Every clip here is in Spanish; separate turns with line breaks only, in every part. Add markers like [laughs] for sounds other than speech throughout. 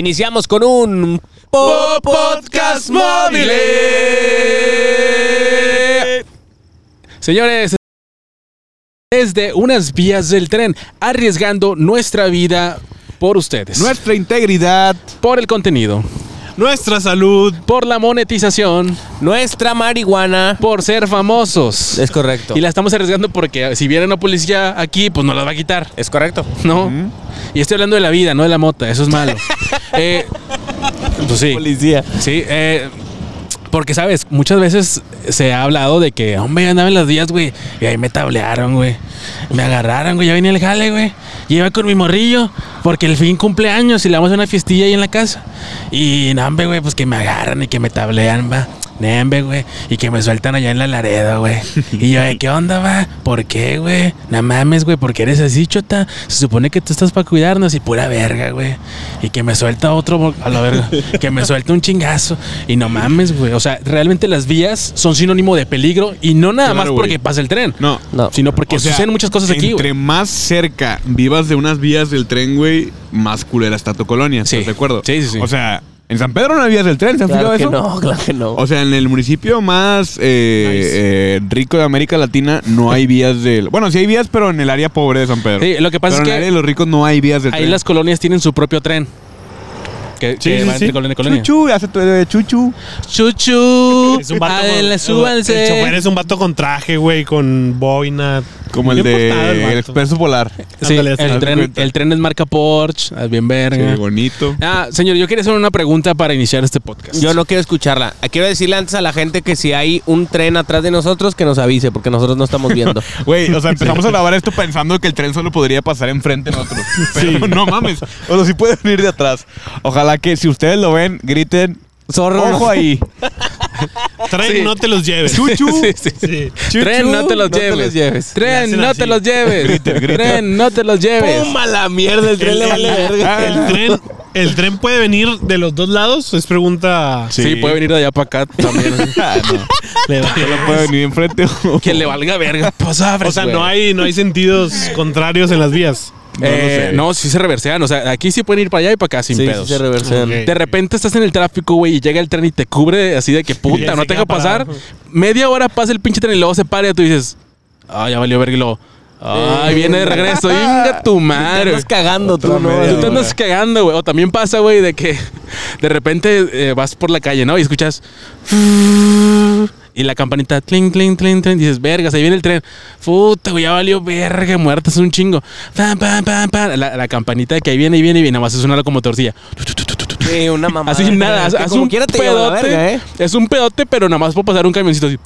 Iniciamos con un po- podcast móvil.
Señores, desde unas vías del tren, arriesgando nuestra vida por ustedes,
Nuestra integridad,
por el contenido,
nuestra salud.
por la monetización,
Nuestra marihuana.
por ser famosos.
Es correcto.
Y la estamos arriesgando porque si viene una policía aquí, pues nos la va a quitar,
Es correcto.
¿no? Y estoy hablando de la vida, no de la mota, eso es malo. Eh, pues sí.
Policía.
Sí, eh, porque sabes, muchas veces se ha hablado de que, hombre, yo andaba en las días, güey, y ahí me tablearon, güey. Me agarraron, güey, ya venía el jale, güey. Y iba con mi morrillo, porque el fin cumpleaños y le vamos a una fiestilla ahí en la casa. Y, no, hombre, güey, pues que me agarran y que me tablean, va. Nembe, güey. Y que me sueltan allá en la Laredo, güey. Y yo, "Eh, ¿qué onda, va? ¿Por qué, güey? No mames, güey, ¿por qué eres así, chota? Se supone que tú estás para cuidarnos y pura verga, güey. Y que me suelta otro, bo- a la
[laughs]
verga. Que me suelta un chingazo. Y no mames, güey. O sea, realmente las vías son sinónimo de peligro y no nada
Claro,
más
güey.
porque pasa el tren.
No.
No.
Sino porque
O sea,
suceden muchas cosas aquí,
Entre
güey.
más cerca vivas de unas vías del tren, güey, más culera está tu colonia. ¿Estás
Sí.
de acuerdo?
Sí, sí, sí.
O sea, en San Pedro no hay vías del tren, ¿se han
Claro
fijado
que
eso?
no, [laughs] claro que no.
O sea, en el municipio más eh, eh, rico de América Latina no hay vías del. Bueno, sí hay vías, pero en el área pobre de San Pedro.
Sí, lo que pasa es
Pero en el
que
área de los ricos no hay vías del
Ahí
tren.
las colonias tienen su propio tren. Que,
Sí,
que
sí,
va
sí.
entre colonia y colonia.
Chuchu, hace tu eh, chuchu.
Chuchu.
Es un vato
Adela,
con-
Ah, súbanse.
El chofer es un vato con traje, güey, con boina.
Como el
Bien
de
portado el vato.
El Expreso Polar.
Sí,
Ándale, haz
el,
de
tren,
cuenta.
el tren es marca Porsche. ah, Bien verga.
Qué bonito.
ah, señor, yo quería hacer una pregunta para iniciar este podcast.
Yo no quiero escucharla. Quiero decirle antes a la gente que si hay un tren atrás de nosotros, que nos avise, porque nosotros no estamos [laughs] viendo.
Güey, o sea, empezamos a grabar esto pensando que el tren solo podría pasar enfrente de nosotros. Pero no mames. O sea, sí puede venir de atrás. Ojalá que si ustedes lo ven, griten.
Zorro.
Ojo ahí.
Tren, no te los lleves.
Chuchu.
[laughs] Sí, sí, sí.
Sí.
tren, no te los
no te
lleves.
los lleves.
Le
Tren,
hacen
no
así.
te los lleves. Tren, no te los lleves.
¡Pum! A la mierda! El tren le vale verga.
Ah,
El tren, el tren puede venir de los dos lados. Es pregunta.
Sí, puede venir de allá para acá también.
[laughs] Ah, no.
Le vale.
Solo puede venir enfrente.
que le valga verga. Pues abres,
O sea,
güey.
no hay, no hay sentidos contrarios en las vías.
No lo
Eh,
sé.
no, sí se reversean. O sea, aquí sí pueden ir para allá y para acá sin
Sí, sí,
pedos.
se reversean.
Ok.
De repente estás en el tráfico, güey, y llega el tren y te cubre así de que
Y
puta,
ahí
no
se
te
queda
deja pasar.
parado.
Media hora pasa el pinche tren y luego se para y tú dices, ah, ya valió verga y luego, ay, viene de regreso, venga tu madre.
Estás cagando tú,
Otra
¿no?
media
Tú te andas cagando, güey. O también pasa, güey, de que [laughs] de repente eh, vas por la calle, ¿no? Y escuchas. Y la campanita, clink, clink, clink, clink. Dices, vergas, ahí viene el tren. Puta, güey, ya valió verga, muertas un chingo. Pam, pam, pam, pam. La, la campanita de que ahí viene y viene y viene. Nada más es una como torcilla.
Sí, una mamada.
Así nada,
Que
haz
como
un
quiera te lleva la
pedote.
verga, ¿eh?
Es un pedote, pero nada más puedo pasar un camioncito así.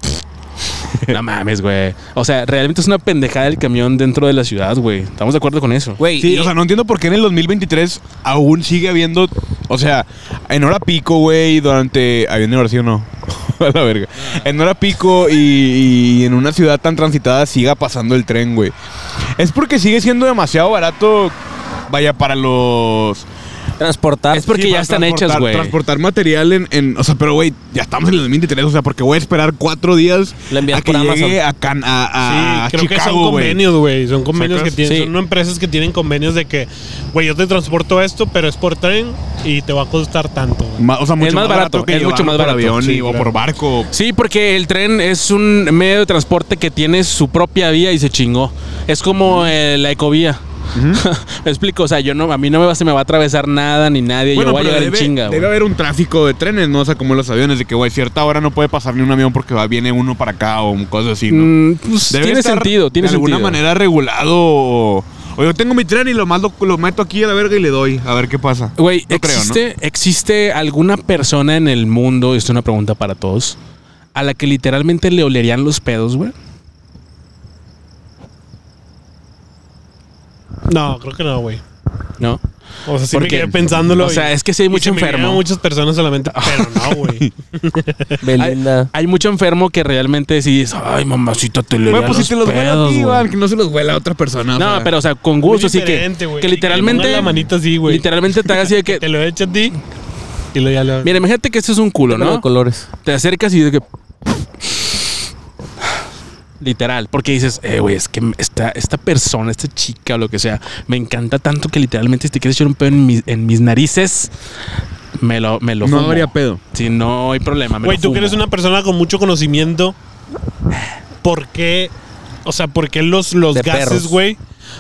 [laughs] no mames, güey. O sea, realmente es una pendejada el camión dentro de la ciudad, güey. Estamos de acuerdo con eso.
Güey,
[laughs] Sí,
y-
o sea, no entiendo por qué en el 2023 aún sigue habiendo. O sea, en hora pico, güey, durante. ¿Había en hora sí o no? [laughs] A la verga. En hora pico y, y en una ciudad tan transitada siga pasando el tren, güey. Es porque sigue siendo demasiado barato. Vaya, para los.
transportar.
Es porque
Sí,
ya
para
están
transportar-
hechas, güey.
Transportar material en, en- O sea, pero, güey, ya estamos en el 2023. O sea, porque voy a esperar cuatro días
La envías
a que
por Amazon.
llegue a, Can- a, a
sí, creo que son
Ah, Chicago, güey.
convenios, güey. Son convenios que
¿Sacas?
tienen.
Sí.
Son empresas que tienen convenios de que, güey, yo te transporto esto, pero es por tren y te va a costar tanto. güey.
Ma- O sea, mucho
más barato,
que
es mucho
llevarlo
más
por
barato,
avión
sí,
y- o por
claro.
barco.
Sí, porque el tren es un medio de transporte que tiene su propia vía y se chingó. Es como eh, la ecovía. [laughs] me explico, o sea, yo no, a mí no me va, se me va a atravesar nada ni nadie. yo voy a
pero
llegar en
debe,
chinga.
debe
güey.
haber un tráfico de trenes, ¿no? O sea, como los aviones, de que, güey, cierta hora no puede pasar ni un avión porque va, viene uno para acá o cosas así, ¿no?
Mm, pues,
Debe
tiene
estar
sentido, tiene
de
sentido.
alguna manera regulado. O o yo tengo mi tren y lo, mando, lo meto aquí a la verga y le doy. A ver qué pasa.
Güey,
No creo,
existe, ¿existe alguna persona en el mundo, y esto es una pregunta para todos, a la que literalmente le olerían los pedos, güey?
No, creo que no, güey.
¿No?
O sea, sí
¿Por
me
qué?
quedé pensándolo.
O
y-
sea, es que sí hay
y
mucho
se me
enfermo. Ah.
vinieron muchas personas solamente, pero
[laughs]
no, güey.
Belinda.
Hay mucho enfermo que realmente sí dices, ay, mamacita, te le
Güey, pues si te los vuela a ti,
güey.
Iván, que no se los vuela a otra persona. o
No,
sea.
pero o sea, con gusto,
Muy
así que,
diferente, güey.
que
Y
literalmente.
pongan la manita así, güey.
Literalmente te haga así de
[laughs] Te
que.
lo echa a ti y lo ya lo.
Mira, imagínate que esto es un culo,
Pero de
¿no?
colores.
Te acercas y de que. Literal, porque dices, eh, güey, es que esta, esta persona, esta chica o lo que sea, me encanta tanto que literalmente si te quieres echar un pedo en mis, en mis narices, me lo, me lo
No
fumo.
habría pedo.
Sí, no hay problema. me lo
Güey, tú
fumo.
que eres una persona con mucho conocimiento, ¿por qué? O sea, ¿por qué los, los
De
gases,
perros.
güey,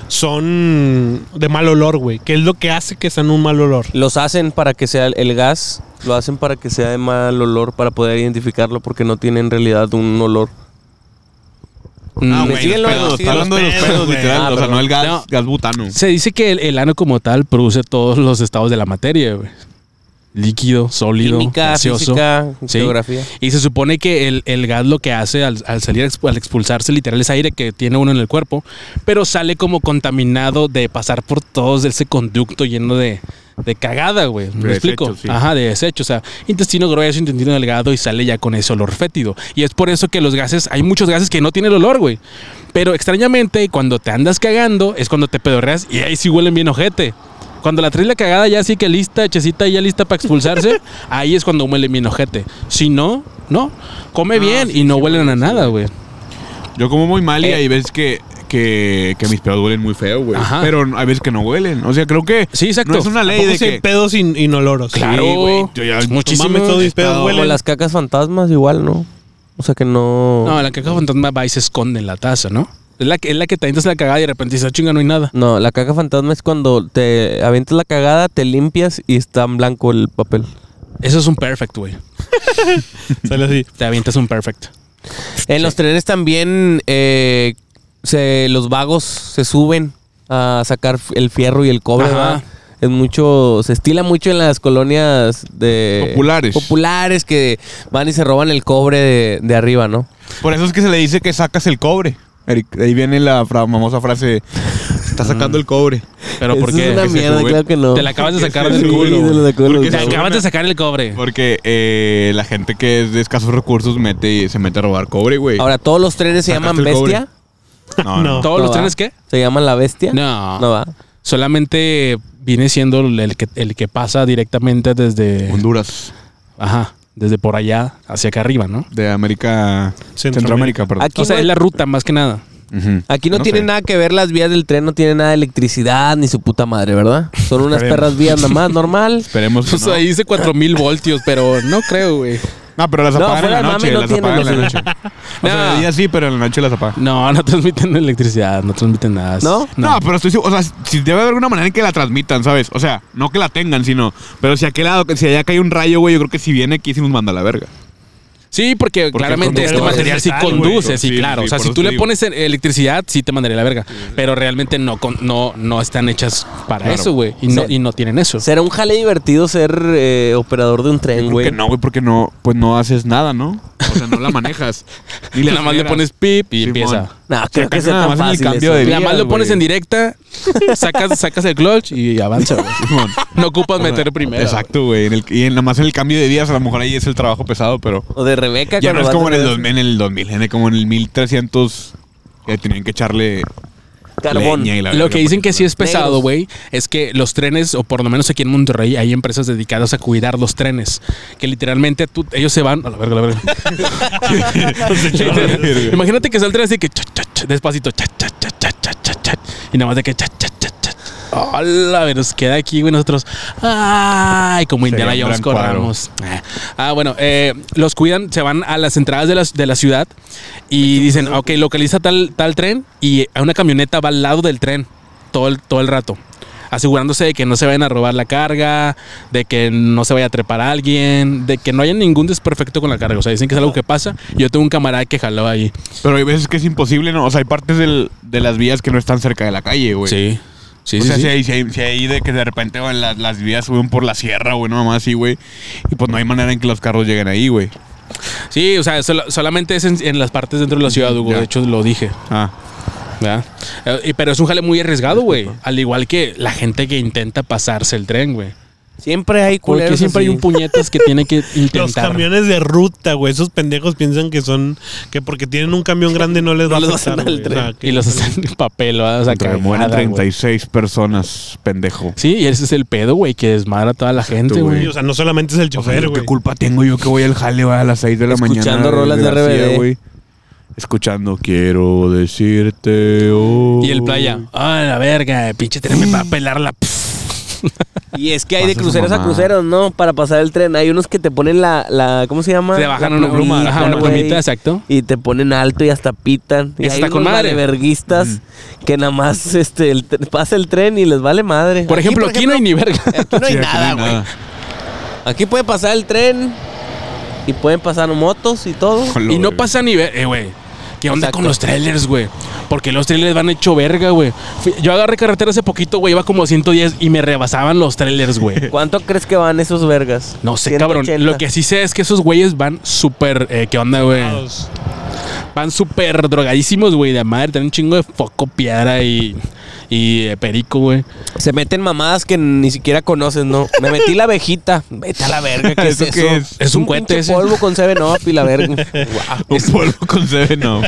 son de mal olor, güey? ¿Qué es lo que hace que sean un mal olor?
Los hacen para que sea el gas, lo hacen para que sea de mal olor, para poder identificarlo, porque no tiene en realidad un olor.
Mm,
Ah,
güey,
güey,
síguelo,
los pedos,
sí,
está
los
hablando de los
pedos,
pedos,
güey.
literal.
Ah,
o sea,
perdón.
no el gas,
No.
gas butano.
Se dice que el, el ano como tal produce todos los estados de la materia, güey. Líquido, sólido,
Química,
gaseoso.
física,
Sí.
geografía.
Y se supone que el, el gas lo que hace al, al salir, expu- al expulsarse literal es aire que tiene uno en el cuerpo, pero sale como contaminado de pasar por todos ese conducto lleno de, de cagada, güey. ¿Me
De
explico?
desechos, sí.
Ajá, de desecho. O sea, intestino grueso, intestino delgado y sale ya con ese olor fétido. Y es por eso que los gases, hay muchos gases que no tienen olor, güey. Pero extrañamente, cuando te andas cagando, es cuando te pedorreas y ahí sí huelen bien ojete. Cuando la traes la cagada ya así que lista, hechecita ya lista para expulsarse, ahí es cuando huele bien ojete. Si no, no. Come bien y no huelen a nada, güey.
Yo como muy mal y
Eh.
hay veces que, que, que mis pedos huelen muy feo, güey.
Ajá.
Pero hay veces que no huelen. O sea, creo que
Sí, exacto.
no es una ley de
Tampoco
que...
sin pedos in- inoloros.
Claro,
Sí, güey, yo ya-
muchísimo.
No mames, todos mis pedos
estado-
Como
huelen.
Ah, las cacas fantasmas igual, ¿no? O sea que no...
No, la caca fantasma va y se esconde en la taza, ¿no? Es la, que- es la que te avientas la cagada y de repente dices, "Ah, chinga, no hay nada.
No, la caca fantasma es cuando te avientas la cagada, te limpias y está en blanco el papel.
Eso es un perfect, güey.
Sale así.
Te avientas un perfect.
En los trenes también eh, se, los vagos se suben a sacar f- el fierro y el cobre.
Ajá.
¿verdad? Es mucho, se estila mucho en las colonias de
Populares.
populares que van y se roban el cobre de, de arriba, ¿no?
Por eso es que se le dice que sacas el cobre. Eric, ahí viene la fra- famosa frase, está sacando el cobre.
Pero
Eso
porque
es una
Que se
mierda,
sube.
claro que no.
te la acabas de sacar
se
del
sube.
Sí, se
culo.
lo
güey.
sacó del
Porque
Te
culo.
sube.
acabas de sacar el cobre.
Porque eh, la gente que es de escasos recursos mete, se mete a robar cobre, güey.
Ahora, ¿todos los trenes se
Sacaste
llaman
el cobre.
bestia?
No, no.
¿Todos
No
los
va.
trenes qué?
¿Se llaman la bestia?
No.
No va.
Solamente viene siendo el que, el que pasa directamente desde.
Honduras,
Ajá. Desde por allá hacia acá arriba, ¿no?
de América...
Centroamérica.
Centroamérica, perdón.
Aquí
o sea,
no-
es la ruta más que nada.
Ujú.
Aquí no,
No
tiene
sé.
nada que ver las vías del tren, no tiene nada de electricidad ni su puta madre, ¿verdad? Son unas
Esperemos.
perras vías nada más,
[laughs]
normal.
Esperemos que
O sea,
no.
ahí dice 4000 voltios, pero no creo, güey.
No, pero las
No,
apagan en
fuera
la
de mame
noche,
no
las
tienen
apagan en la
los-
noche. O sea,
No.
de día sí, pero en la noche las apagan.
No, no transmiten electricidad, no transmiten nada.
¿No?
No, pero estoy seguro, o sea, si debe haber alguna manera en que la transmitan, ¿sabes? O sea, no que la tengan, sino, pero si aquel lado, si allá cae un rayo, güey, yo creo que si viene aquí sí nos manda a la verga.
Sí, porque,
Porque
claramente
el
este
conductor
material
es
sí
metal,
conduce,
güey.
sí,
Sí,
claro.
sí,
o sea,
por
si
eso
tú
te
le
digo.
pones en- electricidad, sí te mandaría la verga. Pero realmente no, con- no, no están hechas para
Claro.
eso, güey. Y no,
Sí.
y no tienen eso.
Será un jale divertido ser eh, operador de un
Yo
tren,
creo
güey.
que no, güey, porque no, pues no haces nada, ¿no? O sea, no la
[laughs]
manejas.
Y nada más le
aceleras. [laughs]
pones pip y
Simón.
empieza.
No, creo que
acaso
sea
nada
tan
más en el
fácil
cambio
eso.
de-
Nada más lo
güey.
pones en directa, sacas, sacas el clutch y avanza, güey.
[laughs]
Simón.
No ocupas
O sea,
meter primero.
Exacto, güey. en el- Y en- nada más en el cambio de días, a lo mejor ahí es el trabajo pesado, pero.
O de Rebeca.
Ya
cuando
no es
vas
como
a
en el,
ver
2000, en el 2000, en el- como en el 1300, que tenían que echarle.
Carbón.
leña y la
Lo
verga
que dicen
para
que sí es pesado,
Negros.
güey, es que los trenes, o por lo menos aquí en Monterrey, hay empresas dedicadas a cuidar los trenes. Que literalmente tú- ellos se van. A la verga, a la
[laughs]
verga. Literal. Imagínate que sale el tren así que cha, cha, cha, despacito. cha, cha, cha, cha, cha, cha, cha, y nada más de que cha, cha, cha, cha. Hola, pero nos queda aquí, güey, nosotros. Ay, como
Sería
Indiana
un
Jones
gran cuadro.
corramos. Ah, bueno, eh, los cuidan, se van a las entradas de la, de la ciudad y dicen, ok, localiza tal, tal tren y una camioneta va al lado del tren todo el, todo el rato. Asegurándose de que no se vayan a robar la carga, de que no se vaya a trepar a alguien, de que no haya ningún desperfecto con la carga. O sea, dicen que es algo que pasa. Yo tengo un camarada que jaló ahí.
[laughs] Pero hay veces que es imposible, ¿no? O sea, hay partes del- de las vías que no están cerca de la calle, güey.
Sí. Sí,
o
sí,
sea,
sí.
Si, hay, si hay- si hay de que de repente güey, las, las vías suben por la sierra, güey, no más así, güey. Y pues no hay manera en que los carros lleguen ahí, güey.
Sí, o sea, solo- solamente es en, en las partes dentro de la ciudad, Hugo.
Ya.
De hecho, lo dije.
Ah.
¿verdad? Eh, y- Pero es un jale muy arriesgado, güey. Al igual que la gente que intenta pasarse el tren, güey.
Siempre hay culeros.
Porque siempre hay
así.
un puñetas que tiene que
Los
intentar.
camiones de ruta, güey. Esos pendejos piensan que son. Que porque tienen un camión grande no les
No
va
les
a
va a
pasar.
sonar el
güey. O sea,
tren.
que-
Y los hacen en papel, ¿verdad? O sea,
Entre-
cagada,
mueren
güey.
36 personas, pendejo.
Sí, y ese es el pedo, güey, que desmadra a toda la gente,
Exacto,
Sí,
güey.
o sea, no solamente es el
O sea,
chofer,
¿Qué
güey.
culpa tengo yo que voy al jale güey, a las 6 de la
Escuchando
mañana?
rolas de RBD.
güey? escuchando quiero decirte hoy.
Y el playa. Ah, la verga, pinche tren me va a pelarla.
Y es que hay de
Pasa su
cruceros a
mamá.
cruceros, ¿no? Para pasar el tren. Hay unos que te ponen la. la ¿Cómo se llama?
Te bajan
La
una pluma,
plumita,
ajá, una
güey.
plumita, exacto.
Y te ponen alto y hasta pitan. Y
Eso
hay
está con
unos
madre. Mm.
valeverguistas que nada más [laughs] este, el tre- pasa el tren y les vale madre.
Por ejemplo, aquí no hay ni verga.
Aquí no hay
[laughs] Sí, aquí
nada,
no hay
güey. Aquí puede pasar el tren y pueden pasar motos y todo.
[laughs]
Hola,
Y no
güey.
pasa ni ver, eh, güey. ¿Qué onda
Exacto.
con los trailers, güey? Porque los trailers van hecho verga, güey. Fui- Yo agarré carretera hace poquito, güey, iba como 110 y me rebasaban los trailers, güey.
¿Cuánto crees que van esos vergas?
No sé,
180.
cabrón. Lo que sí sé es que esos güeyes van súper. eh, ¿Qué onda, güey?
Lados.
Van súper drogadísimos, güey. De madre, tienen un chingo de foco, piedra y. Y eh, perico, güey.
Se meten mamadas que ni siquiera conoces, ¿no? Me metí la abejita. Vete a la verga, ¿qué es
¿Eso
eso?
qué es?
Es un
pinche
cohete ese.
polvo con 7 Up y la
[laughs]
verga.
Un polvo con
[laughs]
seven, no.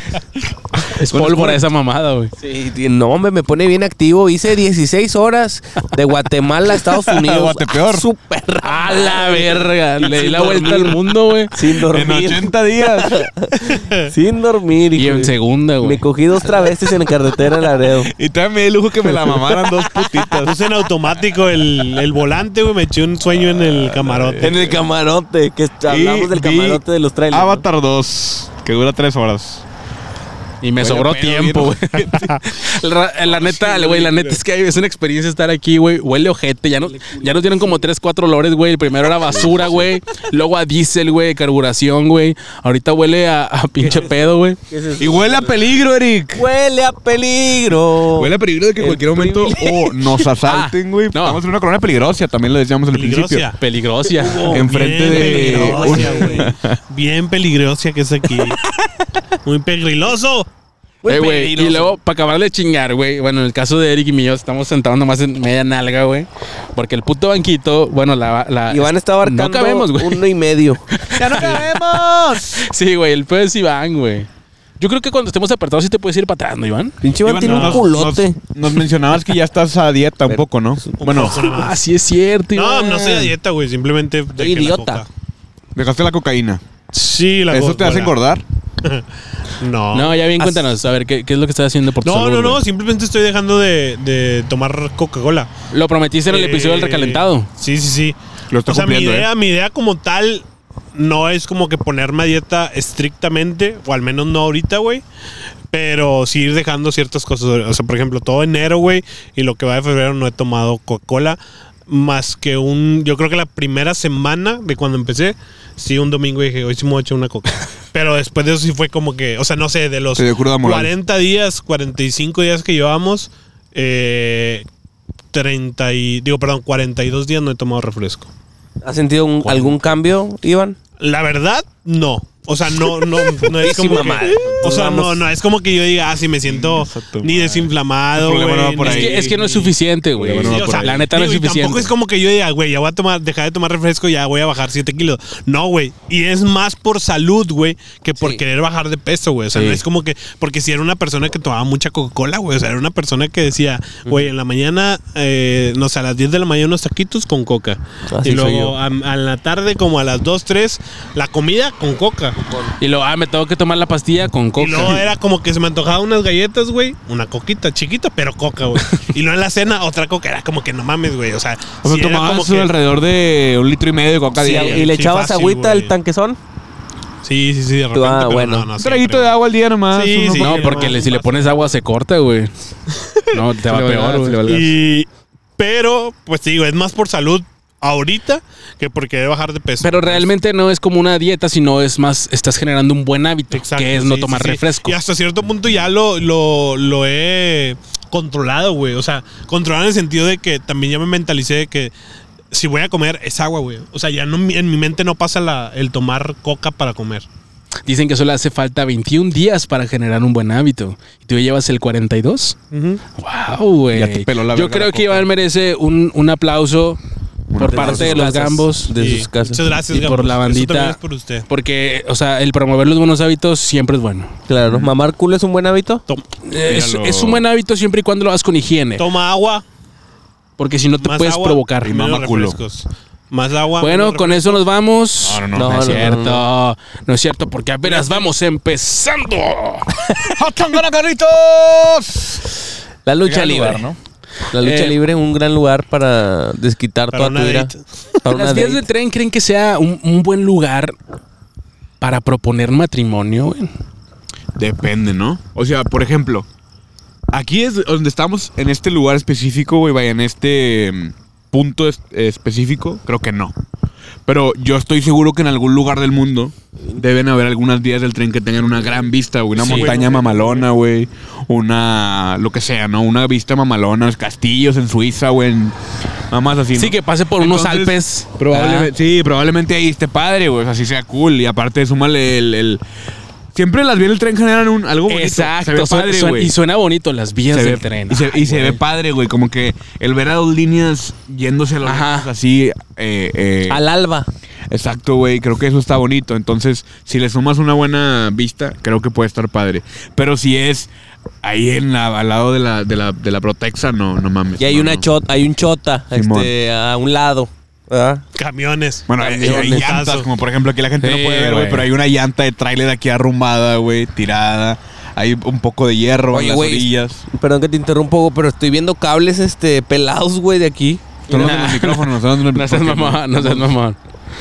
Es
Bueno,
pólvora
es-
esa mamada, güey.
Sí, tío, no, hombre, me pone bien activo. Hice 16 horas de Guatemala a
[laughs]
Estados Unidos.
Guatepeor.
Ah, Súper
A la verga. Le di la vuelta al mundo, güey.
Sin
En
dormir.
80 días.
[laughs] Sin dormir.
Y
hijo
en
de-
segunda, güey.
Me cogí dos travestis en la carretera de
[laughs]
Laredo.
Y también me di el lujo que
[laughs]
me la mamaran dos putitas.
Puse en automático el, el volante, güey. Me eché un sueño en el camarote.
En el camarote, que hablamos
Y
del
vi
camarote de los trailers. ¿no?
Avatar 2, que dura 3 horas.
Y me
Huele a
sobró
pedo,
tiempo, güey.
bien
[laughs] la, la neta, güey, la neta es que es una experiencia estar aquí, güey. Huele ojete. Ya, no, ya nos dieron como tres, cuatro olores, güey. El primero era basura, güey. Luego a diésel, güey. Carburación, güey. Ahorita huele a, a pinche pedo, güey.
¿Qué es eso?
Y huele a peligro, Eric.
Huele a peligro.
Huele a peligro de que en
Oh, El Ah,
cualquier momento
[laughs]
o nos asalten, güey.
no.
Estamos en una corona peligrosa, también lo decíamos al principio.
Peligrosa.
Peligrosia. Eh,
Oh,
Enfrente
bien
de-
peligrosa,
un-
güey. Bien peligrosa que es aquí. Muy peligroso.
Eh, güey, y luego, para acabar de chingar, güey. Bueno, en el caso de Eric y mío, estamos sentados nomás en media nalga, güey. Porque el puto banquito, bueno, la. la
Iván está abarcando
No cabemos, güey.
uno y medio. [laughs] ¡Ya no cabemos!
[laughs] Sí, güey, el pedo es Iván, güey. Yo creo que cuando estemos apartados sí te puedes ir para atrás, ¿no, Iván?
Pinche Iván
Iván,
tiene un
nos-
culote.
Nos, nos mencionabas que ya estás a dieta un poco, ¿no? Bueno,
[laughs] Ah, sí es cierto,
No,
Iván.
no estoy a dieta, güey. Simplemente. de
Soy
que la
idiota.
coca.
dejaste la cocaína.
Sí, la
¿Eso te hace
coca.
engordar?
No.
No, ya bien,
As-
cuéntanos. A ver, ¿qué, qué es lo que estás haciendo por tu
No,
salud,
no, no,
güey?
simplemente estoy dejando de, de tomar Coca-Cola.
Lo prometiste en el
Eh,
episodio del recalentado.
Sí, sí, sí.
Lo está
o sea, mi
cumpliendo, ¿eh?
idea, mi idea como tal no es como que ponerme a dieta estrictamente, o al menos no ahorita, güey. Pero sí ir dejando ciertas cosas. O sea, por ejemplo, todo enero, güey, y lo que va de febrero no he tomado Coca-Cola. Más que un. Yo creo que la primera semana de cuando empecé, sí, un domingo dije, hoy sí me voy a echar una coca. Pero después de eso sí fue como que. O sea, no sé, de los
Te dio cruda moral.
40 días, 45 días que llevamos, eh, 30 y, digo, perdón, 42 días no he tomado refresco.
¿Has sentido un- algún cambio, Iván?
La verdad, no. O sea, no, no, no es como
Muchísima
que,
madre.
O sea, no,
Vamos.
no, es como que yo diga, ah, sí, me siento
Esa tu
ni
madre. El
desinflamado,
problema
güey,
no va por
ni-
Es
ahí.
que, es que no es suficiente, güey.
Bueno,
Sí,
va
o
por
sea,
ahí.
la neta no es
digo, y
suficiente.
Tampoco es como que yo diga, güey, ya voy a tomar, dejar de tomar refresco, ya voy a bajar 7 kilos. No, güey. Y es más por salud, güey, que por
Sí.
querer bajar de peso, güey. O sea,
Sí.
no es como que. Porque si era una persona que tomaba mucha Coca-Cola, güey. O sea, era una persona que decía, güey, en la mañana, eh, no sé, a las 10 de la mañana unos taquitos con Coca.
Así soy
y luego a, a la tarde, como a las 2, 3, la comida con Coca.
Y luego, ah, me tengo que tomar la pastilla con coca.
Y luego era como que se me antojaba unas galletas, güey. Una coquita chiquita, pero coca, güey. y luego en la cena, otra coca. Era como que no mames, güey. O sea,
O sea,
sí era como
tomabas
que-
alrededor de un litro y medio de coca
Sí,
¿Y,
diaria.
y le
sí,
echabas
fácil,
agüita
güey.
al tanquezón?
Sí, sí, sí, de repente.
Ah,
pero
bueno.
no, no
Un
siempre,
traguito de
güey.
agua al día nomás.
Sí,
uno
sí.
[laughs]
por-
No, porque le- si le pones agua se corta, güey. No, [laughs] te va
Se le va a dar,
peor,
se le va
güey.
Y, pero, pues sí, güey, es más por salud ahorita que porque debe bajar de peso.
Pero realmente no es como una dieta, sino es más, estás generando un buen hábito,
Exacto,
que es no
sí,
tomar
sí, sí.
refresco.
Y hasta cierto punto ya lo, lo, lo he controlado, güey. O sea, controlado en el sentido de que también ya me mentalicé de que si voy a comer es agua, güey. O sea, ya no, en mi mente no pasa la, el tomar coca para comer.
Dicen que solo hace falta 21 días para generar un buen hábito. Y tú ya llevas el 42. Wow, güey.
Ya te peló la
Yo
verga la
creo que
coca.
Iván merece un, un aplauso por
aplauso.
parte de los
casas.
gambos.
De
Y
sus casas.
Muchas gracias,
Y por
Gabos.
la
Eso
bandita.
también es por usted.
Porque, o sea, el promover los buenos hábitos siempre es bueno. Eh,
Claro. ¿Mamar culo es un buen hábito?
Tom-
Es,
Míralo.
es un buen hábito siempre y cuando lo hagas con higiene.
toma agua.
Porque si no te
más
Eh, puedes
agua
provocar.
y menos
Mamaculo.
refrescos. Más agua.
Bueno,
menos
con eso nos vamos.
No, no, no.
no,
No,
es
no, no,
cierto. No, es cierto, porque apenas vamos empezando.
¡Hatangana, carritos!
La lucha
Gran
libre.
lugar, ¿no?
La lucha
Eh,
libre, un gran lugar para desquitar
Para
toda
una
tu ira.
date.
Para una
¿Las vías
date.
del tren creen que sea un, un buen lugar para proponer matrimonio? güey?
Depende, ¿no? O sea, por ejemplo, aquí es donde estamos, en este lugar específico, güey, vaya, en este mm, punto es- específico, creo que no. Pero yo estoy seguro que en algún lugar del mundo deben haber algunas vías del tren que tengan una gran vista, güey, una
Sí.
montaña mamalona, güey, una, lo que sea, ¿no? Una vista mamalona, castillos en Suiza, güey, en- nada más así.
Sí,
¿no?
que pase por unos
Entonces,
Alpes. Ah.
Probablemente, sí, probablemente ahí esté padre, güey. Así sea cool. Y aparte, súmale el. el- Siempre las vías del tren generan un, algo
Ah,
bonito. Se
Exacto.
ve
su-
padre,
su-
güey.
y suena bonito las vías
Se
del
ve-
tren.
Y se, y
[laughs] Ay,
se ve
güey.
padre, güey. Como que el ver a dos líneas yéndose a los
Ajá.
así. eh, eh,
Al alba.
Exacto, güey. Creo que eso está bonito. Entonces, si le sumas una buena vista, creo que puede estar padre. Pero si es ahí en la- al lado de la, de la, de la Protexa, no, no mames.
Y hay
no,
una
no.
chota, hay un chota
Simón.
este, a un lado. ¿verdad?
Camiones.
Bueno, eh, hay, hay
Camiones.
llantas, como por ejemplo aquí la gente
Sí,
no puede ver,
güey.
güey, pero hay una llanta de tráiler aquí arrumada, güey, tirada. Hay un poco de hierro
Oye,
en las
güey.
orillas.
Perdón que te interrumpo, pero estoy viendo cables este pelados, güey, de aquí.
Tú no
Nah.
tienes el micrófono, nosotros
[laughs]
no
No
tenemos el
seas
micrófono.
mamón, no seas mamón.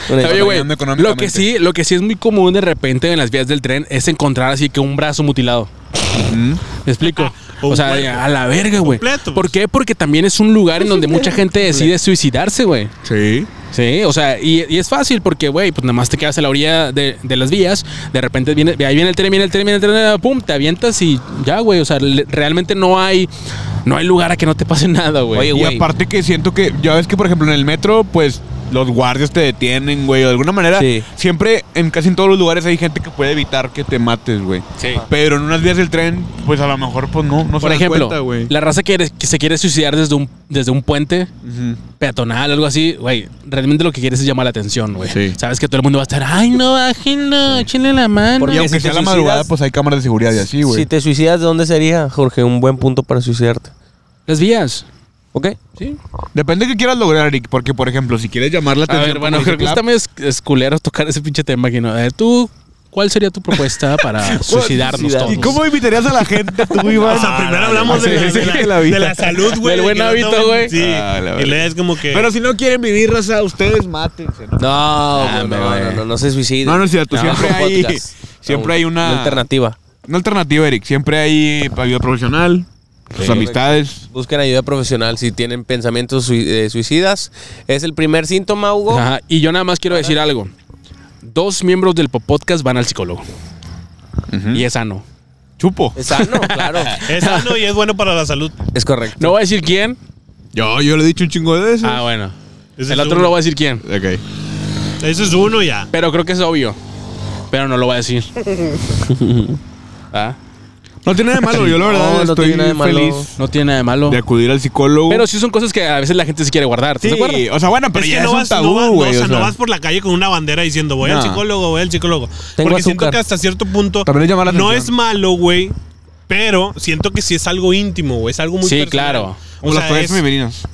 Bueno,
Oye, güey,
batallando
lo
económicamente.
que sí, lo que sí es muy común de repente en las vías del tren es encontrar así que un brazo mutilado.
Ujú.
¿Me explico?
un
o sea,
cuerpo.
a la verga, güey.
Completo,
¿Por
pues.
qué? Porque también es un lugar en donde mucha gente decide suicidarse, güey.
Sí.
Sí, o sea, y, y es fácil porque, güey, pues nada más te quedas a la orilla de, de las vías, de repente viene, ahí viene el tren, viene el tren, viene el tren, pum, te avientas y ya, güey, o sea, le- realmente no hay, no hay lugar a que no te pase [laughs] nada, güey.
Oye,
Y
güey.
aparte que siento que, ya ves que por ejemplo en el metro, pues los guardias te detienen, güey, o de alguna manera.
Sí.
Siempre, en casi en todos los lugares hay gente que puede evitar que te mates, güey.
Sí.
Pero en unas vías del tren, pues a lo mejor, pues no, no
Por
se dan
ejemplo,
cuenta, güey.
la raza que, que se quiere suicidar desde un, desde un puente
Ujú.
peatonal, algo así, güey, realmente lo que quieres es llamar la atención, güey.
Sí.
Sabes que todo el mundo va a estar, ay, no, bájenlo, échenle la mano.
Porque
Y aunque
si te
sea la madrugada,
suicidas-
pues hay cámaras de seguridad y así, güey.
Si te suicidas, ¿de dónde sería, Jorge, un buen punto para suicidarte?
Las vías,
¿Ok?
sí.
Depende de qué quieras lograr, Eric, porque por ejemplo, si quieres llamar
A
la atención.
ver, bueno,
como
creo que
dice
está
Clap,
medio es- es culero tocar ese pinche tema aquí, ¿no? Eh, tú, ¿cuál sería tu propuesta para suicidarnos
suicidar.
todos?
¿Y cómo invitarías a la gente [laughs] tú, Iván?
O sea, primero hablamos
sí,
de, la,
sí,
de la-
de la
de
vida.
la salud,
Del
güey. de
buen
que no
hábito,
tomen-
güey.
Sí.
Ah, la
y
verdad.
le es como que.
Pero si no quieren vivir, raza, ustedes mátense. No,
No, güey,
hombre,
no,
güey.
no, no, no se suiciden.
no, no es cierto.
No,
siempre
con
hay,
podcast.
siempre
No,
hay una,
alternativa.
una alternativa, Eric. Siempre hay ayuda profesional, sus amistades.
Busquen ayuda profesional si tienen pensamientos sui- eh, suicidas. Es el primer síntoma, Hugo.
Ajá, y yo nada más quiero decir algo. Dos miembros del podcast van al psicólogo.
¿Mm?
Y es sano.
Chupo.
Es sano, [laughs] claro.
Es sano y es bueno para la salud.
Es correcto.
No voy a decir quién.
Yo, yo le he dicho un chingo de eso.
Ah, bueno.
Ese
el
es
otro
uno.
no voy a decir quién.
Ok.
Ese es uno ya.
Pero creo que es obvio. Pero no lo voy a decir. Ah,
[laughs] No tiene nada de malo, yo la verdad
No, no
estoy
tiene nada de malo.
feliz
No tiene nada de malo.
de acudir al psicólogo.
Pero sí son cosas que a veces la gente se quiere guardar. ¿Estás
sí,
de acuerdo?
o sea, bueno, pero
es
ya es
que no
un
vas, no, vas,
tabú,
no,
güey.
o sea,
o
no
sea.
vas por la calle con una bandera diciendo voy
No.
al psicólogo, voy al psicólogo.
Tengo
Porque siento
azúcar.
que hasta cierto punto
También es llamar la
no es
atención.
malo, güey. Pero siento que sí es algo íntimo, güey. Es algo muy
Sí,
personal.
claro.
O
Como
sea,
las toallas
es-
femeninas.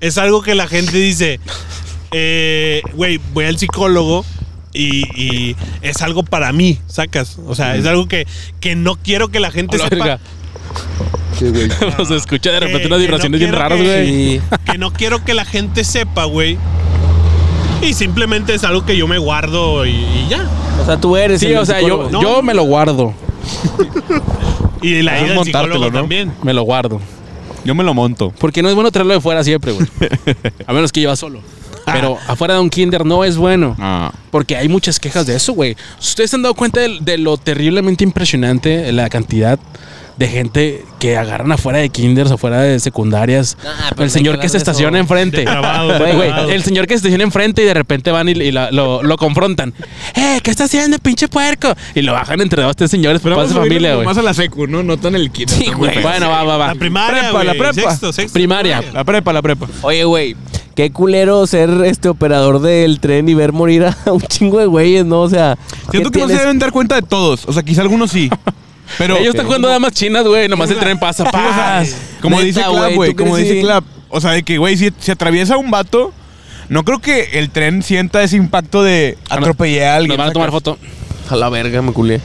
es algo que la gente dice, eh, güey, voy al psicólogo y, y es algo para mí, sacas. O sea, es algo que, que no quiero que la
[laughs]
gente
A la
sepa.
verga. [laughs] Se escucha de repente unas
Que- que Eh, no
vibraciones bien
quiero
raras,
que-
güey.
Sí.
Que no quiero que la gente sepa, güey. Y simplemente es algo que yo me guardo y, y ya.
O sea, tú eres.
Sí,
el
o sea, yo,
psicólogo.
No.
yo me lo guardo.
Y la
Ah,
Puedes
ida al
montártelo,
psicólogo
¿no?
también.
Me lo guardo.
Yo me lo monto.
Porque no es bueno traerlo de fuera siempre,
[laughs]
güey. A menos que lleva solo. Pero afuera de un kinder no es bueno.
Ah.
Porque hay muchas quejas de eso, güey. Ustedes se han dado cuenta de, de lo terriblemente impresionante, la cantidad de gente que agarran afuera de kinders, afuera de secundarias.
Nah, Ah, pero
el
no hay
señor
que
que
hablar
se
de
estaciona
eso.
enfrente.
Depravado,
Güey, güey,
depravado.
el señor que se estaciona enfrente y de repente van y, y la- lo, lo confrontan. ¡Eh, qué está haciendo, pinche puerco! Y lo bajan entre dos, tres señores, papás de familia, güey.
Más a la secu, ¿no? No tan el kit.
Sí, güey. Bueno, va, va, va.
La primaria,
Prepa, la
güey,
prepa.
sexto, sexto,
Primaria.
La prepa, la prepa.
Oye, güey, qué culero ser este operador del tren y ver morir a un chingo de güeyes, ¿no? O sea, ¿qué
Siento que no se
tienes?
deben dar cuenta de todos. O sea, quizá
[laughs]
algunos sí. Pero.
Ellos están jugando damas chinas, güey. Nomás el tren pasa.
Sí, o sea,
¡paz!
como
Neta,
dice
güey,
Clap,
¿tú
güey. Como
crees
dice
que-
Clap. O sea, de que, güey, si se atraviesa un vato. No creo que el tren sienta ese impacto de
no-
atropellar a
Nos
alguien.
van a tomar foto.
¿sacas?
A la verga, me culé.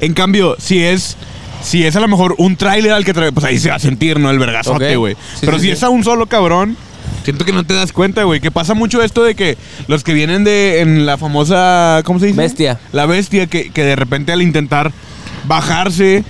En cambio, si es. Si es a lo mejor un tráiler al que trae, pues ahí se va a sentir, ¿no? El vergazote,
Ok.
güey.
Sí,
Pero
sí,
si
sí.
es a un solo cabrón, siento que no te das cuenta, güey. Que pasa mucho esto de que los que vienen de. en la famosa. ¿Cómo se dice?
Bestia.
La bestia, que, que de repente al intentar bajarse.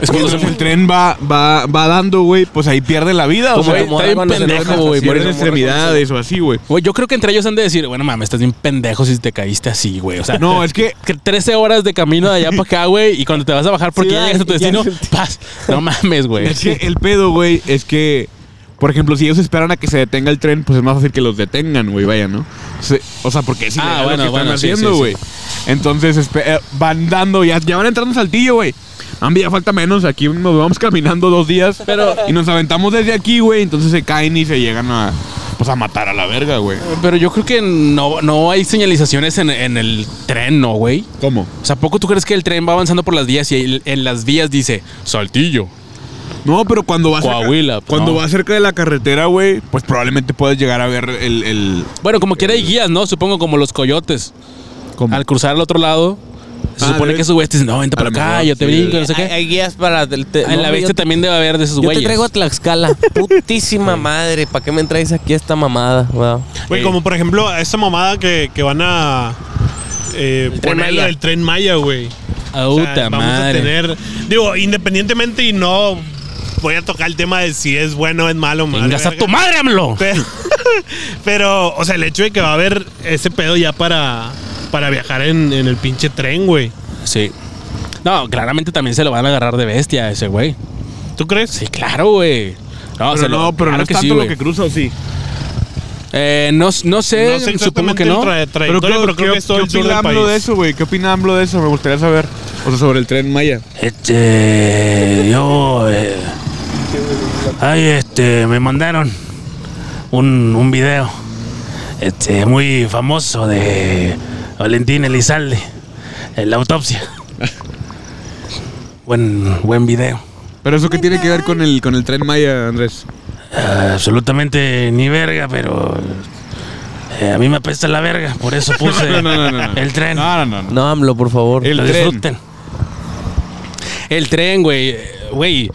Es cuando
mientras
se-
el tren va, va, va dando, güey, pues ahí pierde la vida.
Como
o sea,
la morra
está bien
cuando se
pendejo,
enoja,
güey.
como
Pierden
la morra cuando se
extremidades o así, güey.
Güey, yo creo que entre ellos han de decir, bueno, mames, estás bien pendejo si te caíste así, güey. O sea,
No, es que
que 13 horas de camino de allá para acá, güey, y cuando te vas a bajar porque
Sí,
ya
va,
llegas a tu
ya
destino,
sentí.
paz. No mames, güey.
Es que el pedo, güey, es que, por ejemplo, si ellos esperan a que se detenga el tren, pues es más fácil que los detengan, güey, vaya, ¿no? Se- o sea, porque es
Ah,
ilegal
bueno,
lo que
bueno,
están
sí,
haciendo,
sí, sí.
güey. Entonces espe- eh, van dando, ya, ya van entrando en saltillo, güey. Ambi, ya falta menos, aquí nos vamos caminando dos días
Pero-
y nos aventamos desde aquí, güey, entonces se caen y se llegan a, pues, a matar a la verga, güey.
Pero yo creo que no, no hay señalizaciones en, en el tren, ¿no, güey?
¿Cómo?
O sea, ¿a ¿poco tú crees que el tren va avanzando por las vías y el- en las vías dice Saltillo?
No, pero cuando vas
Coahuila, pues,
cuando
no.
vas cerca de la carretera, güey, pues probablemente puedes llegar a ver el, el
Bueno, como quiera hay guías, ¿no? Supongo como los coyotes.
Eh. ¿Cómo?
Al cruzar al otro lado, se
Ah,
supone
debe-
que esos güeyes te dicen, no, vente
A
para
lo
acá,
mejor,
yo te
sí.
brinco, no sé
Hay,
qué.
hay guías para. el te-
en
Ah, no,
la
yo-
bestia también debe haber de esos
Yo
güeyes.
te traigo a
[laughs]
Tlaxcala. Putísima madre. ¿Para qué me traes aquí esta mamada? Wow.
Güey,
Ey.
como por ejemplo, esta mamada que, que van a eh,
El Tren
ponerle
Maya.
del tren Maya, güey.
Ah,
O sea,
puta
vamos
madre.
a tener. Digo, independientemente y no voy a tocar el tema de si es bueno o es malo, madre
Vengas a
verga.
tu madre, AMLO.
[laughs] Pero, pero, o sea, el hecho de que va a haber ese pedo ya para, para viajar en, en el pinche tren, güey.
Sí. No, claramente también se lo van a agarrar de bestia a ese güey.
¿Tú crees?
Sí, claro, güey. No,
Pero
se lo-
no, pero
claro
no es
que
tanto
sí,
lo
güey.
que cruza, ¿o sí?
Eh, no, no sé,
No sé
supongo
exactamente
que no.
el tra- trayectoria, pero, creo, que es todo el sur del
opina AMLO
país.
de eso, güey? ¿Qué opina AMLO de eso? Me gustaría saber. O sea, sobre el tren Maya.
Este, yo, eh, ay, este, me mandaron un, un video, este, muy famoso de Valentín Elizalde, en la
[laughs]
autopsia. Buen, buen video.
Pero eso qué tiene que ver con el, con el tren Maya, Andrés.
Ah, absolutamente ni verga, pero eh, a mí me apesta la verga, por
[laughs]
eso puse
No, no, no, no, no.
el tren.
No, no, no.
No, AMLO, por favor.
El
Lo
tren.
disfruten.
El tren, güey. Eh, Güey,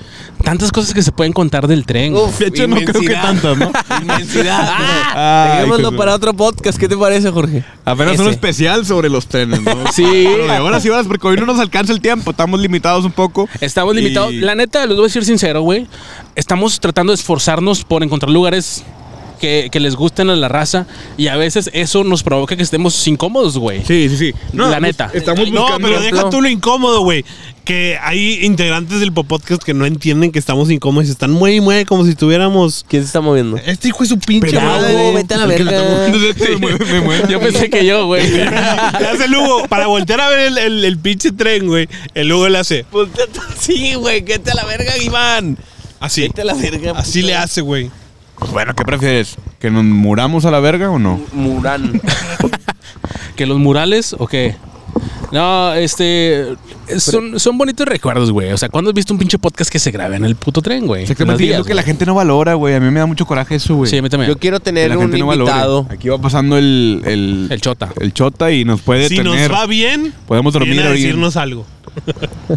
tantas cosas que se pueden contar del tren. güey.
Uf,
De hecho, no creo que
inmensidad.
tantas, ¿no?
[laughs] Inmensidad.
Ah,
Ah, Dejémoslo
hijo de-
para otro podcast. ¿Qué te parece, Jorge?
[laughs] Apenas un
Ese.
especial sobre los trenes, ¿no?
Sí.
Pero de horas y horas, porque hoy no nos alcanza el tiempo. Estamos limitados un poco.
Estamos
Y-
limitados. La neta, les voy a decir sincero, güey. Estamos tratando de esforzarnos por encontrar lugares que, que les gusten a la raza. Y a veces eso nos provoca que estemos incómodos, güey.
Sí, sí, sí.
La
pues,
neta.
Estamos
No,
buscando...
pero deja
ejemplo.
tú lo incómodo, güey. Que hay integrantes del podcast que no entienden que estamos incómodos y están mueve y mueve como si estuviéramos.
¿Quién se está moviendo?
Eh,
Este hijo es su pinche
Ya,
madre.
Hugo, vete a la verga.
[laughs]
[laughs] Me mueve, me mueve.
Yo pensé que yo,
[laughs]
güey.
Le hace el Hugo para voltear a ver el, el- el pinche tren, güey. El Hugo le hace
Sí, güey. Vete a la verga, Iván.
así.
Vete a la verga.
Así
puto.
le hace, güey.
Pues bueno, ¿qué prefieres? ¿Que nos muramos a la verga o no?
Murán.
¿Que los murales o qué? No, este. Son, son bonitos recuerdos, güey. O sea, ¿cuándo has visto un pinche podcast que se grabe en el puto tren, güey?
Exactamente.
En
y es
las
lo que
vías,
la gente no valora, güey. A mí me da mucho coraje eso,
güey.
güey.
Sí, a mí también.
Yo quiero
que
tener
la
un
gente no valore.
invitado.
Aquí va pasando el, el,
El chota.
El chota y nos puede
Si
tener.
nos va bien,
Podemos dormir
viene a
ahorita.
decirnos algo.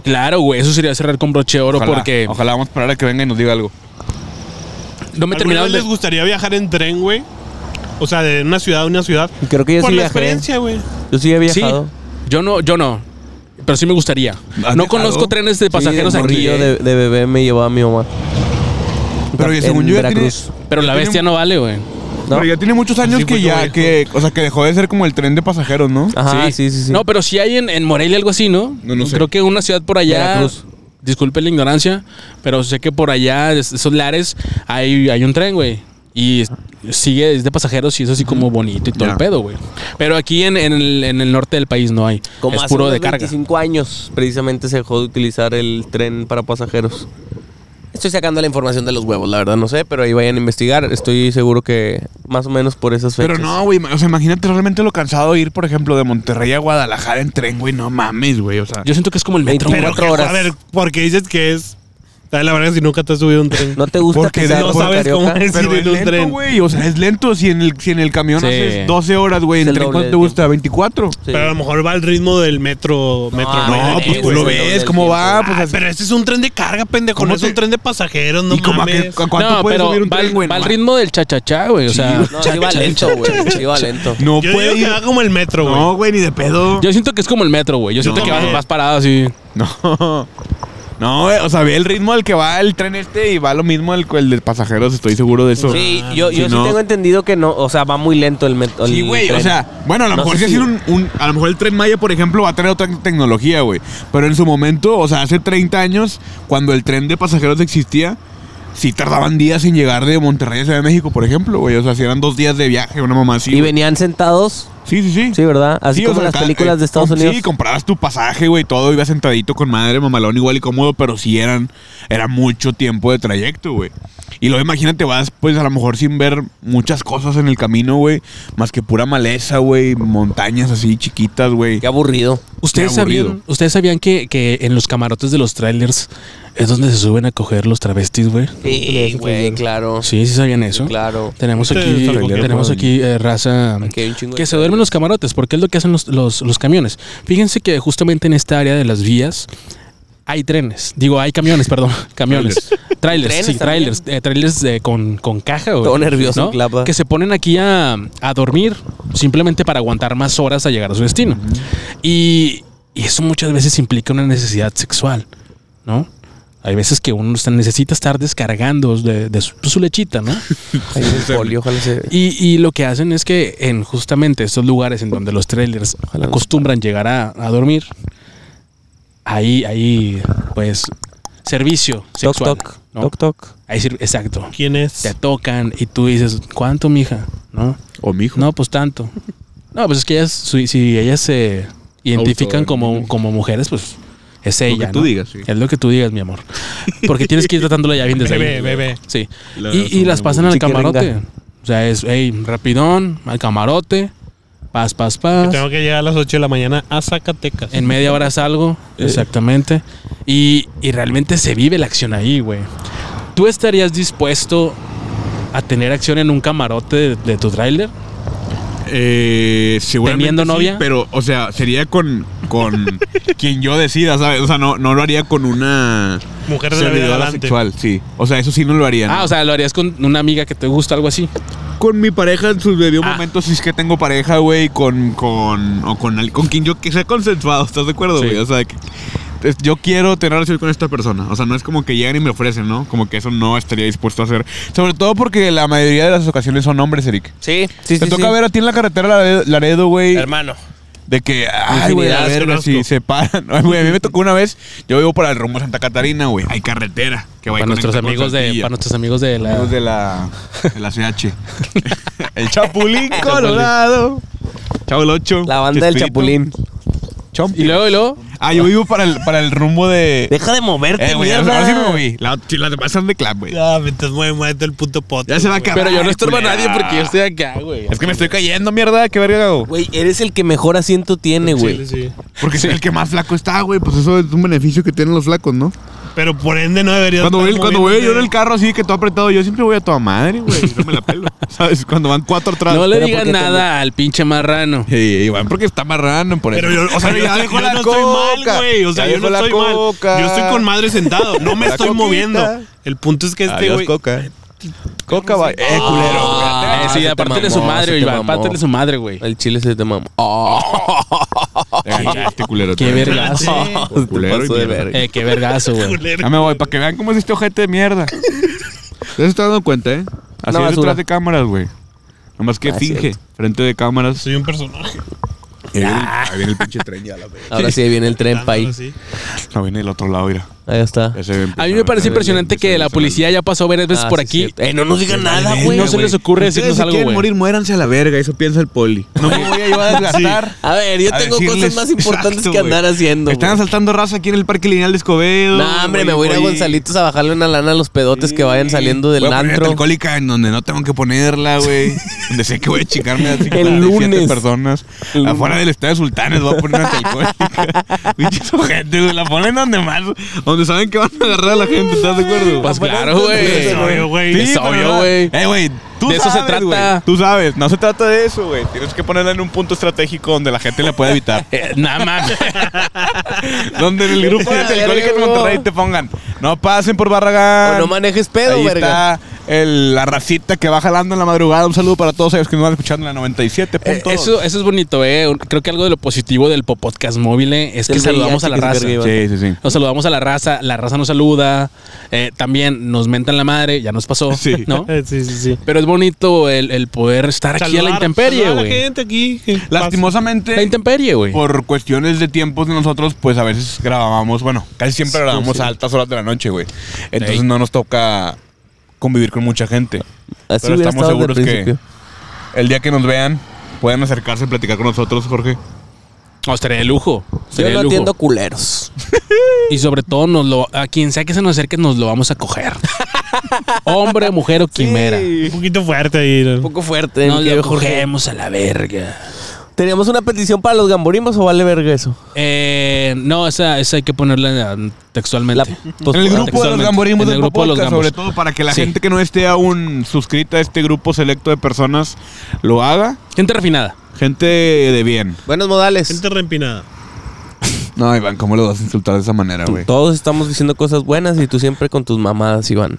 Claro, güey. Eso sería cerrar con broche de oro
ojalá,
porque
ojalá vamos a esperar a que venga y nos diga algo.
no me he
¿Alguna
terminado.
vez les
de-
gustaría viajar en tren, güey? O sea, de una ciudad a una ciudad.
Creo que yo
Por
sí
la
viajé.
experiencia, güey.
Yo sí he
Sí.
viajado.
Yo no, yo no. Pero sí me gustaría.
¿Has
No
viajado?
conozco trenes de pasajeros
sí, de
aquí.
morrillo,
eh,
de, de bebé me llevaba mi mamá.
Pero
en
según yo ya tiene-
Veracruz.
Pero la
Tiene-
bestia no vale, güey.
¿no?
Pero ya tiene muchos años
Así fue
que
yo,
ya,
hijo.
que, o sea, que dejó de ser como el tren de pasajeros, ¿no?
Ajá, sí, sí, sí.
No, pero si hay en, en Morelia algo así, ¿no?
No, no sé.
Creo que una ciudad por allá.
Veracruz.
Disculpe la ignorancia, pero sé que por allá, es- esos lares, hay, hay un tren, güey. Y es- sigue, es de pasajeros y es así como bonito y todo
Ya.
el pedo, güey. Pero aquí en, en el, en el norte del país no hay.
Como
es
hace
puro
unos
de carga.
25 años, precisamente se dejó de utilizar el tren para pasajeros. Estoy sacando la información de los huevos, la verdad no sé, pero ahí vayan a investigar. Estoy seguro que más o menos por esas fechas.
Pero no, güey, o sea, imagínate realmente lo cansado de ir, por ejemplo, de Monterrey a Guadalajara en tren, güey, no mames, güey, o sea.
Yo siento que es como el metro.
Pero-
güey.
Cuatro horas.
A ver, porque dices que es Ay, La verdad es que nunca te has subido a un tren.
¿No te gusta
Porque
pisar
no
por
sabes cómo
Carioca?
es.
Pero
ir
es
en un
lento,
tren.
güey. O sea, es lento. Si en el, si en el camión
Sí.
haces 12 horas, güey.
Es
¿En
el
tren
doble
cuánto te
del
gusta? ¿24?
Sí.
Pero a lo mejor va al ritmo del metro. metro
ah,
güey.
bueno,
No,
sí,
pues tú
güey, es
lo
el doble
ves.
del
¿Cómo va?
Ah,
Pues así-
pero este es un tren de carga, pendejo.
¿Cómo
No es un
te-
tren de pasajeros, no
¿Y cómo a qué-
mames.
a cuánto
no,
puede
pero
subir un
va,
tren, güey?
va al
No
ritmo del chachachá, güey. O sea,
No, sí va lento, güey. Sí va lento.
No
Yo
puede
digo
ir.
que va como el metro, güey.
No, güey, ni de pedo.
yo siento que es como el metro, güey. Yo siento
No.
que vas, vas parado así.
No. No, güey, o sea, ve el ritmo al que va el tren este y va lo mismo el, el de pasajeros, estoy seguro de eso.
Sí, yo, yo
Si
sí
no-
tengo entendido que no, o sea, va muy lento el metro.
Sí, güey, o sea, bueno, a lo
No
mejor
sé
si
si-
hacen un, un- A lo mejor el Tren Maya, por ejemplo, va a traer otra tecnología, güey. Pero en su momento, o sea, hace 30 años, cuando el tren de pasajeros existía, sí tardaban días en llegar de Monterrey a Ciudad de México, por ejemplo, güey. O sea, si eran dos días de viaje, una mamá así.
y
güey.
venían sentados,
Sí, sí, sí.
sí, ¿verdad? Así
Sí, o
como
sea,
las
cada-
películas
eh,
de Estados
com-
Unidos.
Sí, comprabas tu pasaje, güey, todo, ibas sentadito con madre, mamalón, igual y cómodo, pero sí eran, era mucho tiempo de trayecto, güey. Y luego imagínate, vas pues a lo mejor sin ver muchas cosas en el camino, güey, más que pura maleza, güey, montañas así chiquitas, güey.
Qué aburrido.
¿Ustedes
Qué aburrido.
sabían, ¿ustedes sabían que, que en los camarotes de los trailers es donde se suben a coger los travestis, güey?
Sí, güey, claro.
Sí, sí sabían eso.
Claro.
Tenemos
Este
aquí,
está cogiendo.
tenemos aquí eh, raza
Aquí hay un chingo
que
de
se duermen
trailers.
los camarotes, porque es lo que hacen los, los- los camiones. Fíjense que justamente en esta área de las vías hay trenes. Digo, hay camiones, perdón. [laughs] Camiones. trailers,
Trenes
sí,
también.
trailers. eh, trailers eh, con, con caja, güey.
Todo nervioso en Clapa.
Que se ponen aquí a, a dormir simplemente para aguantar más horas a llegar a su destino. y, y eso muchas veces implica una necesidad sexual, ¿no? Hay veces que uno se- necesita estar descargando de, de su- su lechita, ¿no?
Ahí en el folio, ojalá se-
Y, y lo que hacen es que en justamente estos lugares en donde los trailers
Ojalá no
acostumbran llegar a, a dormir, ahí, ahí, pues, servicio
Toc,
sexual.
toc.
¿no?
Toc, toc.
Ahí sir- exacto.
¿Quién
Te
es?
tocan y tú dices, ¿cuánto, mija? ¿No?
O mijo.
No, pues tanto. No, pues es que ellas, su- si ellas se identifican como, como mujeres, pues es ella.
que tú
¿no?
digas, sí.
Es lo que tú digas, mi amor. Porque tienes que ir tratándola ya bien desde
Bebé,
ahí.
bebé.
Sí.
La
y, y
razón,
las
güey.
pasan al
Chiquiringa.
camarote. O sea, es, hey, rapidón, al camarote, pas, pas,
Que
pas.
tengo que llegar a las 8 de la mañana a Zacatecas.
En media hora salgo,
Eh.
exactamente. Y, y realmente se vive la acción ahí, güey. ¿Tú estarías dispuesto a tener acción en un camarote de, de tu tráiler?
Eh, seguramente
¿Teniendo
sí,
novia?
Pero, o sea, sería con,
[laughs]
con quien yo decida, ¿sabes? O sea, no, no lo haría con una
Mujer de la vida
servidora
galante.
sexual, sí. O sea, eso sí no lo haría. ¿no?
Ah, o sea, lo harías con una amiga que te gusta, algo así.
Con mi pareja en sus debidos
Ah.
momentos, si es que tengo pareja, güey, con, con, o con, al- con quien yo que sea consensuado, ¿estás de acuerdo,
Sí.
güey? O sea, que- es- yo quiero tener relación con esta persona. O sea, no es como que llegan y me ofrecen, ¿no? Como que eso no estaría dispuesto a hacer. Sobre todo porque la mayoría de las ocasiones son hombres, Eric.
Sí, sí,
Te
sí,
toca
sí.
ver a ti en la carretera Laredo- Laredo, güey.
Hermano.
De que, ay, güey, a
Infinidad,
ver,
conozco.
si se paran. [laughs] Ay, güey, a mí me tocó una vez, yo vivo para el rumbo a Santa Catarina, güey. Hay carretera que va y
Para nuestros,
conecta con
amigos de,
Saltillo.
para nuestros amigos de la...
Amigos de la, de la [laughs] CH. el Chapulín Colorado. Chavo el 8.
La banda del Chapulín.
Y luego,
[laughs]
y luego...
Ah, yo vivo para el, para el rumbo de.
Deja de moverte,
eh, güey,
mierda.
ahora sí me moví. La- sí, Las demás son de club, güey.
Ah, mientras mueve, mueve el puto pot.
Ya se va a acabar.
Pero yo no estorbo a
culera.
nadie porque yo estoy acá, güey.
Es que me estoy cayendo, mierda. ¿Qué verga hago?
Güey, eres el que mejor asiento tiene, güey.
Porque soy el que más flaco está, güey. Pues eso es un beneficio que tienen los flacos, ¿no?
Pero por ende no debería
Cuando voy,
estar
cuando voy yo en el
moviéndote.
carro así que todo apretado, yo siempre voy a toda madre, güey. No me la pelo. [laughs] ¿Sabes? Cuando van cuatro atrás.
No le
Pero
digan
porque te-
nada al pinche marrano.
Sí, van porque está más random por eso.
Pero yo, o sea,
[laughs]
yo,
ya dejó
yo
la
no estoy
coca,
mal, güey. O sea,
ya
yo
dejó
no
la
estoy
coca.
mal. Yo estoy con madre sentado. No me
[laughs] La
estoy
coquita.
moviendo. El punto es que este
Adiós,
güey. [laughs]
coca. Coca va. Eh, culero.
Ah,
Eh, sí,
se te
apártele
mamó,
su
se
madre,
te
Iván.
mamó.
Apártele su madre, güey.
[laughs] El chile se te mamó.
Ah, Este culero.
Qué
también.
vergazo.
Te
este culero
pasó
y
de
mierda.
verga.
Eh, qué vergazo, güey.
culero.
Ya me voy, para que vean cómo es este ojete de mierda. Ya se está dando cuenta, ¿eh?
Una
Así es
basura.
detrás de cámaras, güey. Nomás que
Ah, es
finge.
cierto.
Frente de cámaras.
Soy un personaje.
Ahí viene el- ahí viene el pinche tren ya, la verga.
Ahora sí viene el tren, pay.
Dándole así.
No, viene del otro lado, mira.
Ahí está.
Ya se ve
A mí me parece impresionante que la policía ya pasó varias veces
Ah,
por
sí,
aquí.
cierto. Eh, no nos digan nada,
Y
güey.
no se les ocurre decirnos algo, güey.
muéranse a la verga. Eso piensa el poli. No me voy a llevar a desgastar.
[laughs] A ver, yo
a
tengo
decirles-
cosas más importantes
[laughs] Exacto,
que
güey.
andar haciendo.
Están
güey.
asaltando raza aquí en el Parque Lineal de Escobedo.
No, hombre,
güey,
me voy a ir a
voy-
Gonzalitos a bajarle una lana a los pedotes que vayan saliendo del
Voy a poner esta
antro.
alcohólica en donde no tengo que
[laughs]
ponerla, güey. donde sé que voy a chingarme a 57
lunes.
personas.
[laughs]
Afuera del estadio Sultanes voy a poner una alcohólica. Pinches gente, güey. La ponen donde más, Donde saben que van a agarrar a la gente, ¿estás de acuerdo?
Pues claro, güey.
Es obvio, güey.
Es
pero
obvio,
no-
güey.
Eh, güey. tú
De eso se
sabes,
trata.
güey. Tú sabes, no se trata de eso, güey. Tienes que ponerla en un punto estratégico donde la gente la
[laughs]
pueda evitar.
[laughs] Eh, Nada más.
donde en el grupo de Telcólicas de Monterrey te pongan, no pasen por Barragán.
O no manejes pedo,
Ahí
verga.
está el- la racita que va jalando en la madrugada. Un saludo para todos ellos que nos van escuchando en la 97.
Eh, eso, eso es bonito, eh. Un- Creo que algo de lo positivo del podcast móvil eh, es que
Del
saludamos a la
VIH que se
raza.
cargue,
sí, sí, sí.
Nos saludamos a la raza, la raza nos saluda. eh, también nos mentan la madre, ya nos pasó,
Sí.
¿no?
Eh, Sí, sí, sí.
Pero es bonito el, el poder estar aquí a la
Saludar-
intemperie,
saludar a la
güey.
gente aquí. que pasa.
Lastimosamente,
La intemperie, güey.
por cuestiones de tiempos de nosotros, pues a veces grabábamos, bueno, casi siempre grabábamos a altas horas de la noche, güey. Entonces no nos toca convivir con mucha gente.
Así
Pero
hubiera
estamos
estado desde
seguros
el
que-
principio.
El día que nos vean, pueden acercarse a platicar con nosotros, Jorge.
No, estaría de lujo.
Yo
estaría de
no
lujo.
atiendo culeros.
Y sobre todo, nos lo, a quien sea que se nos acerque, nos lo vamos a
[laughs]
coger. Hombre, mujer o quimera.
Un poquito fuerte ahí. ¿no?
Un poco fuerte.
Nos
mi querido
lo
Jorge.
cogemos a la verga.
¿Teníamos una petición para los gamborimos o vale verga eso?
Eh, no, esa, esa hay que ponerla eh,
La-
textualmente.
pues,
en el grupo de los
textualmente.
gamborimos
En el
del
grupo de los
podcast,
gambos.
sobre todo para que la
Sí.
gente que no esté aún suscrita a este grupo selecto de personas lo haga.
Gente refinada.
Gente de bien.
Buenos modales.
Gente reempinada.
No, Iván, ¿cómo lo vas a insultar de esa manera, güey?
Todos estamos diciendo cosas buenas y tú siempre con tus mamadas, Iván.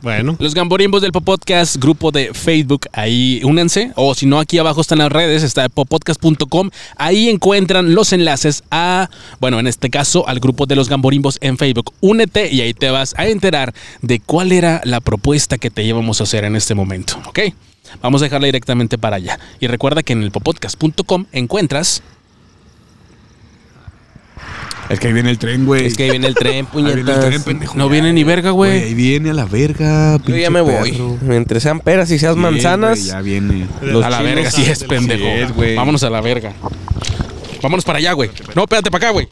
Bueno.
Los Gamborimbos del Popodcast, grupo de Facebook, ahí únanse. O si no, aquí abajo están las redes, está popodcast.com. Ahí encuentran los enlaces a, bueno, en este caso, al grupo de los Gamborimbos en Facebook. Únete y ahí te vas a enterar de cuál era la propuesta que te íbamos a hacer en este momento, ¿ok? Vamos a dejarla directamente para allá. Y recuerda que en el popodcast.com encuentras...
Es que ahí viene el tren, güey.
Es que ahí viene el tren,
[laughs] ahí viene el tren,
puñetas.
pendejo.
No viene ni verga,
Güey,
güey.
ahí viene a la verga,
Yo ya me voy. Entre sean peras y seas manzanas.
ya viene.
a la
chinos
verga, sí
salen
es
del-
pendejo.
es, güey.
Vámonos a la verga. Vámonos para allá, güey. No, espérate para acá, güey.